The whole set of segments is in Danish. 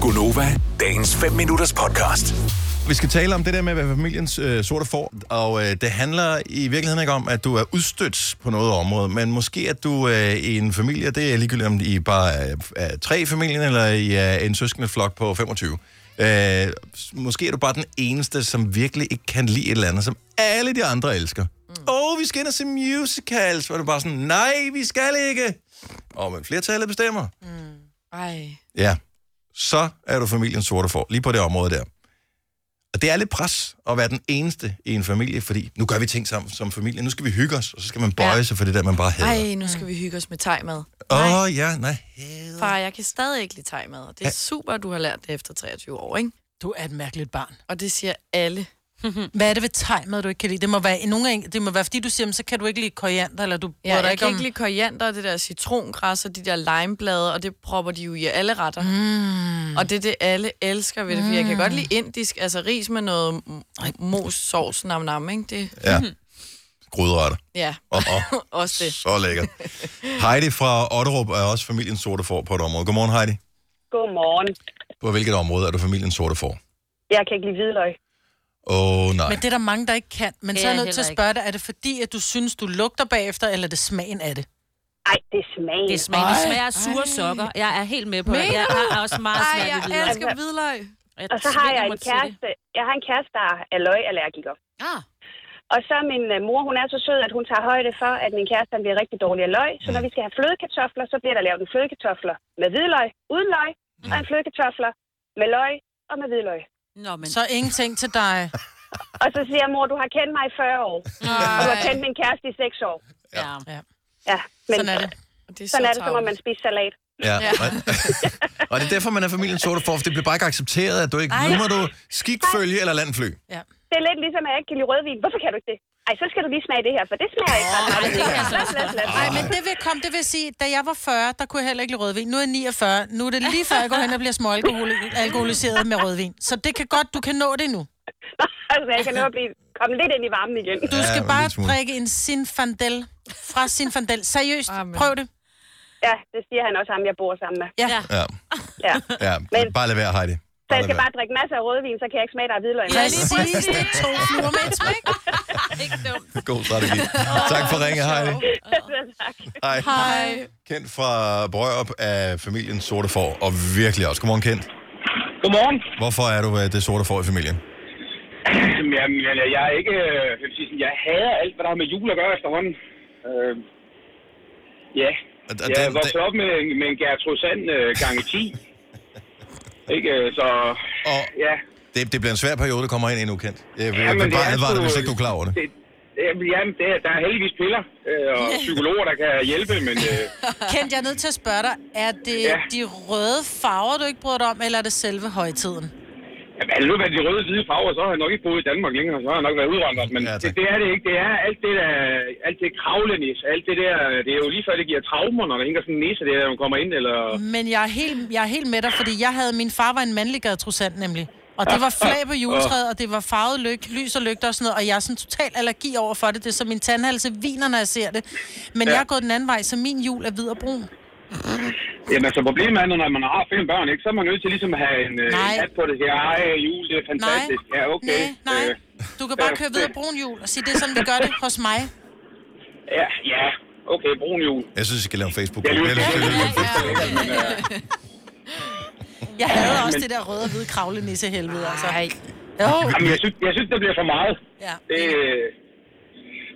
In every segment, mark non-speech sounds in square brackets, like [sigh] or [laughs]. Gunova, dagens 5 minutters podcast. Vi skal tale om det der med at være familiens øh, sorte får, og øh, det handler i virkeligheden ikke om, at du er udstødt på noget område, men måske at du øh, i en familie, og det er ligegyldigt om I bare er, er tre i familien, eller I er en søskende flok på 25. Øh, s- måske er du bare den eneste, som virkelig ikke kan lide et eller andet, som alle de andre elsker. Åh, mm. oh, vi skal ind og se musicals, hvor du bare sådan, nej, vi skal ikke. Og men flertallet bestemmer. Ej. Ja, så er du familien sorte for, lige på det område der. Og det er lidt pres at være den eneste i en familie, fordi nu gør vi ting sammen som familie, nu skal vi hygge os, og så skal man bøje Ja. sig for det der, man bare hader. Ej, nu skal vi hygge os med tegmad. Åh oh, ja, nej. Far, jeg kan stadig ikke lide tegmad, og det er super, at du har lært det efter 23 år, ikke? Du er et mærkeligt barn. Og det siger alle. Hvad er det ved tegmad, du ikke kan lide? Det må være, nogle gange, det må være fordi du siger, "Men så kan du ikke lide koriander, eller du Ja, bryder dig jeg ikke kan om... ikke lide koriander og det der citrongræs og de der limeblade, og det propper de jo i alle retter. Mm. Og det er det, alle elsker ved det, for jeg kan godt lide indisk, altså ris med noget m- mos, sovs, nam nam, ikke? Det, Ja. Gryderetter. ja, Oh, oh. også [laughs] det. Så lækkert. Heidi fra Otterup er også familien sorte for på et område. Godmorgen, Heidi. Godmorgen. På hvilket område er du familien sorte for? Jeg kan ikke lide hvidløg. Åh oh, nej. Men det er der mange, der ikke kan. Men Det så er er jeg jeg nødt til at heller spørge dig, er det fordi, at du synes, du lugter bagefter, eller er det smagen af det? Ej, det smager. Det smager, det smager af sure sokker. Jeg er helt med på det. Jeg har også meget Ej, svært ved jeg hvidløg. elsker hvidløg. Jeg Altså, og så har tvinger jeg mig en til kæreste, jeg har en kæreste, der er løgallergiker. det. Ah, Og så er min øh, mor, hun er så sød, at hun tager højde for, at min kæreste han bliver rigtig dårlig af løg. Så Mm. når vi skal have flødekartofler, så bliver der lavet en flødekartofler med hvidløg, uden løg, og Mm. en flødekartofler med løg og med hvidløg. nå, men... Så ingenting til [laughs] dig. Og så siger jeg, mor, du har kendt mig i 40 år, og du har kendt min kæreste i 6 år. Ja. Ja. Ja, men Sådan er det. Det er så, sådan er det, så må tarveligt. man spise salat. Ja. Ja. og det er derfor, man er familien sorte for, for det bliver bare ikke accepteret, at du ikke... Nu må du skikfølge eller landfly. Ja. Det er lidt ligesom, at jeg ikke kan lide rødvin. Hvorfor kan du ikke det? Ej, så skal du lige smage det her, for det smager ikke ret meget. det kan jeg så også Lad, lad, lad. Nej, altså- men det vil komme, det vil sige, da jeg var 40, der kunne jeg heller ikke lide rødvin. Nu er jeg 49. Nu er det lige før, jeg går hen og bliver [laughs] småalkoholiseret med rødvin. Så det kan godt, du kan nå det nu. altså, jeg kan nå at blive, komme lidt ind i varmen igen. Du skal en bare lille smule. drikke en Sinfandel fra Sinfandel. Seriøst, Amen. prøv det. Ja, det siger han også ham, jeg bor sammen med. [laughs] Ja. Ja. Ja. ja. Men- Bare lad være, Heidi. Så jeg lad skal være. bare drikke masser af rødvin, så kan jeg ikke smage dig af hvidløg. Ja, lige præcis. Det er to fluer med et smæk. Ikke dumt. God strategi. tak for ringe, Heidi. tak. Hej. Hej. Kent fra Brørup af familien Sorte For, og virkelig også. Godmorgen, Kent. Godmorgen. Hvorfor er du øh, det sorte for i familien? Jamen, jeg, jeg- jeg er ikke... øh, Jeg, vil sige sådan, jeg hader alt, hvad der har med jul at gøre efterhånden. Øh, ja. Og- og Jeg den- er vokset den- op med, en- med en Gertrud Sand øh, gange [laughs] 10. ikke? øh, Så Og ja. det, det bliver en svær periode, der kommer ind endnu, Kent. Jeg vil, jeg Jamen, vil bare det er advare dig, sgu- hvis ikke du er klar over det. det jamen, jamen, det, er- der er heldigvis piller øh, og psykologer, der kan hjælpe, men... Øh, [laughs] Kent, jeg er nødt til at spørge dig, er det Ja. de røde farver, du ikke bryder dig om, eller er det selve højtiden? jamen, havde det nu været de røde hvide farver, så har jeg nok ikke boet i Danmark længere, så har jeg nok været udvandret. Men Ja, ja, tak. det, det, er det ikke. Det er alt det der... Alt det kravlenis, alt det der... Det er jo lige før, det giver traumer, når der hænger sådan en næse der, når man kommer ind, eller... Men jeg er helt, jeg er helt med dig, fordi jeg havde, min far var en mandlig gadetrussant nemlig. Og det var flag på juletræet, og det var farvet lyk, lys og lygter og sådan noget, og jeg er sådan total allergi over for det. Det er så min tandhalse viner, når jeg ser det. Men ja. jeg er gået den anden vej, så min jul er hvid og brun. Jamen altså, problemet er, når man har fem børn, ikke, så er man nødt til ligesom at have en, øh, Nej. en hat på det her. Ej, jul, det er Nej. fantastisk. Ja, okay. Nej, Øh, nej. Du kan bare køre videre brun jul og sige, det er sådan, vi gør det hos mig. ja, ja, okay, brun jul. Jeg synes, vi skal lave en facebook Jeg gruppe lyder til det. ja, Men, øh, Jeg havde også det der røde og hvide kravle nisse helvede, altså. Ej. Jo, jamen, jeg synes, jeg synes, det bliver for meget. ja. Det, øh,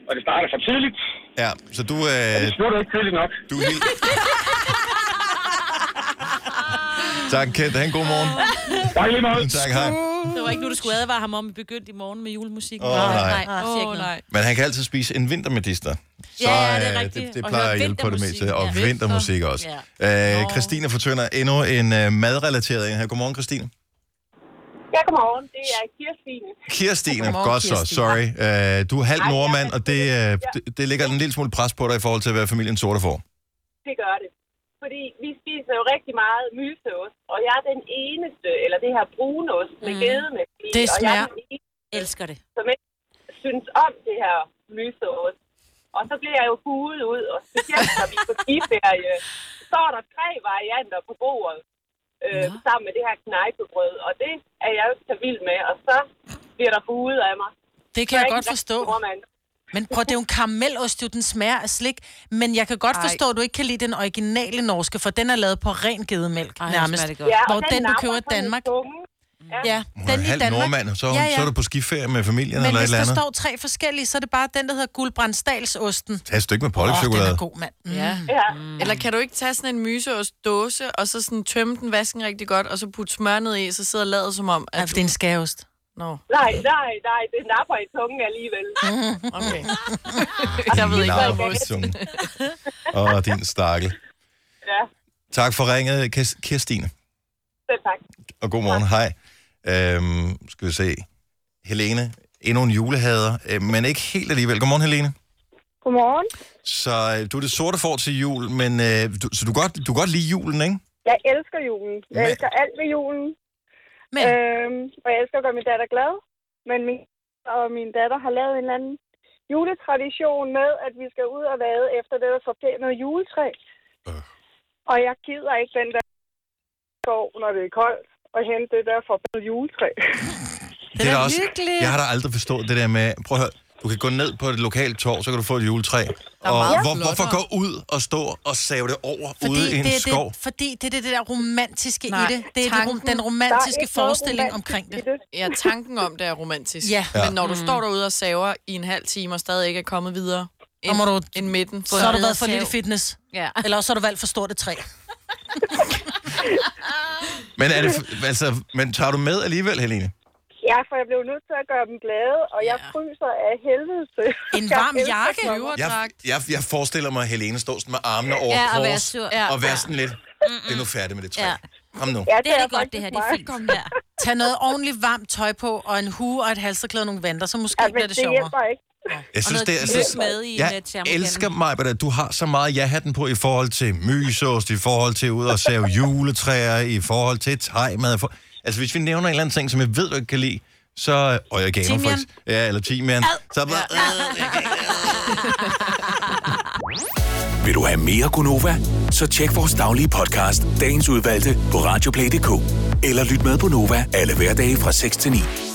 og det starter for tidligt. ja, så du, øh, Det slutter ikke tidligt nok. du er helt... tak, Kent. Ha' en god morgen. Tak lige meget. Tak, hej. Det var ikke nu, du skulle advare ham om, at vi begyndte i morgen med julemusik. Åh, nej. nej. Åh, siger oh, ikke noget. nej. Men han kan altid spise en vintermedister. Så Ja, ja, det er øh, rigtigt. det, det Og plejer høre at hjælpe på det vintermusik, meste. Og ja. vintermusik også. Ja. Øh, Christine fra Tønder, endnu en øh, madrelateret en her. Godmorgen, Christine. Ja, godmorgen. Det er Kirstine. Kirstine, Godmorgen, godt så, Kirstine. sorry. Øh, du er halv Ej, nordmand, ja, og det, øh, det, det lægger en lille smule pres på dig i forhold til, hvad familien sorte får. Det gør det. Fordi vi spiser jo rigtig meget myseost, og jeg er den eneste, eller det her brunost med mm. gedene. Det Og jeg er smager- den eneste, Elsker det. som ikke synes om det her myseost. Og så bliver jeg jo hudet ud, og specielt når vi er på skiferie, så er der tre varianter på bordet. øh, sammen med det her knejpebrød, og det er jeg jo ikke så vild med, og så bliver der buet af mig. Det kan jeg godt forstå. Mand. Men prøv, det er jo en karamelost, jo, den smager af slik. Men jeg kan godt Ej. forstå, at du ikke kan lide den originale norske, for den er lavet på ren gedemælk Ej, Ej, hvor nærmest. smager det godt. Ja, Hvor den, du køber i Danmark. Ja, Hun er den i halv Danmark. nordmand, så, ja, ja. så er du på skiferie med familien Men eller et hvis eller der andet. står tre forskellige, så er det bare den, der hedder guldbrandsdalsosten. Tag et stykke med Åh, oh, den pålægschokolade. er god, mand. Mm. Ja. Ja. Eller kan du ikke tage sådan en myseostdåse, og så sådan tømme den vasken rigtig godt, og så putte smør ned i, så sidder ladet som om, Ja, at du... for det er en skæreost. Nå, Nej, nej, nej, det napper i tungen alligevel. okay. [laughs] jeg ved ikke, hvad det er. ost. Og din stakkel. Ja, Tak for ringet, Kis- Kirstine. selv tak. Og god morgen, hej. Øhm, skal vi se. Helene, endnu en julehader, øh, men ikke helt alligevel. Godmorgen, Helene. Godmorgen. Så øh, du er det sorte får til jul, men øh, du, så du godt, du godt lide julen, ikke? Jeg elsker julen. Jeg Men- elsker alt ved julen. Men Øhm, og jeg elsker at gøre min datter glad. Men min, og min datter har lavet en eller anden juletradition med, at vi skal ud og vade efter det der forpænede juletræ. Øh. Og jeg gider ikke den der går, når det er koldt, og hente det der forpænede juletræ. Det er da hyggeligt. Jeg har da aldrig forstået det der med, prøv at høre, du kan gå ned på et lokalt torv, så kan du få et juletræ. Og meget hvor, flottere. hvorfor gå ud og stå og save det over fordi ude i en det, er skov? det, fordi det er det der romantiske Nej, Nej, i det. Det er det, rom- tanken- den Der er romantiske ikke noget forestilling romantisk omkring i det. Ja, tanken om det er romantisk. Ja. Men når du står derude og saver i en halv time, og stadig ikke er kommet videre end, må du- end midten. Så har du bedre været for lille sav. fitness. [laughs] Ja. Eller også har du valgt for stort et træ. Men, er det, f- altså, men tager du med alligevel, Helene? Ja, for jeg blev nødt til at gøre dem glade, og jeg fryser af helvede. til. En [laughs] Jeg varm elsker jakke. sommer. Jeg, Flyverdragt. jeg, jeg forestiller mig, at Helene står sådan med armene over Ja, kors, og være sur. ja, Ja, og være ja. sådan lidt, det er nu færdigt med det træ. Ja. Kom nu. Ja, Det er det godt, faktisk det her. Det er mig. fint. Kom her. Tag noget ordentligt varmt tøj på, og en hue og et halsterklæde og nogle vanter, så måske Ja, ja, men bliver det det sjovere. hjælper ikke. Jeg synes, noget det er, dyb så, med i en, øh, jeg termokande. elsker mig, at du har så meget ja-hatten på i forhold til mysost, i forhold til ud og save juletræer, i forhold til tegmad. For... Altså, hvis vi nævner en eller anden ting, som jeg ved, du ikke kan lide, så... øh, Og jeg gav for Timian. eksempel. Ja, eller timian. Så er bare... Øh, jeg kan ikke. Vil du have mere Gunova? Så tjek vores daglige podcast, dagens udvalgte, på radioplay.dk. Eller lyt med på Nova alle hverdage fra 6 til 9.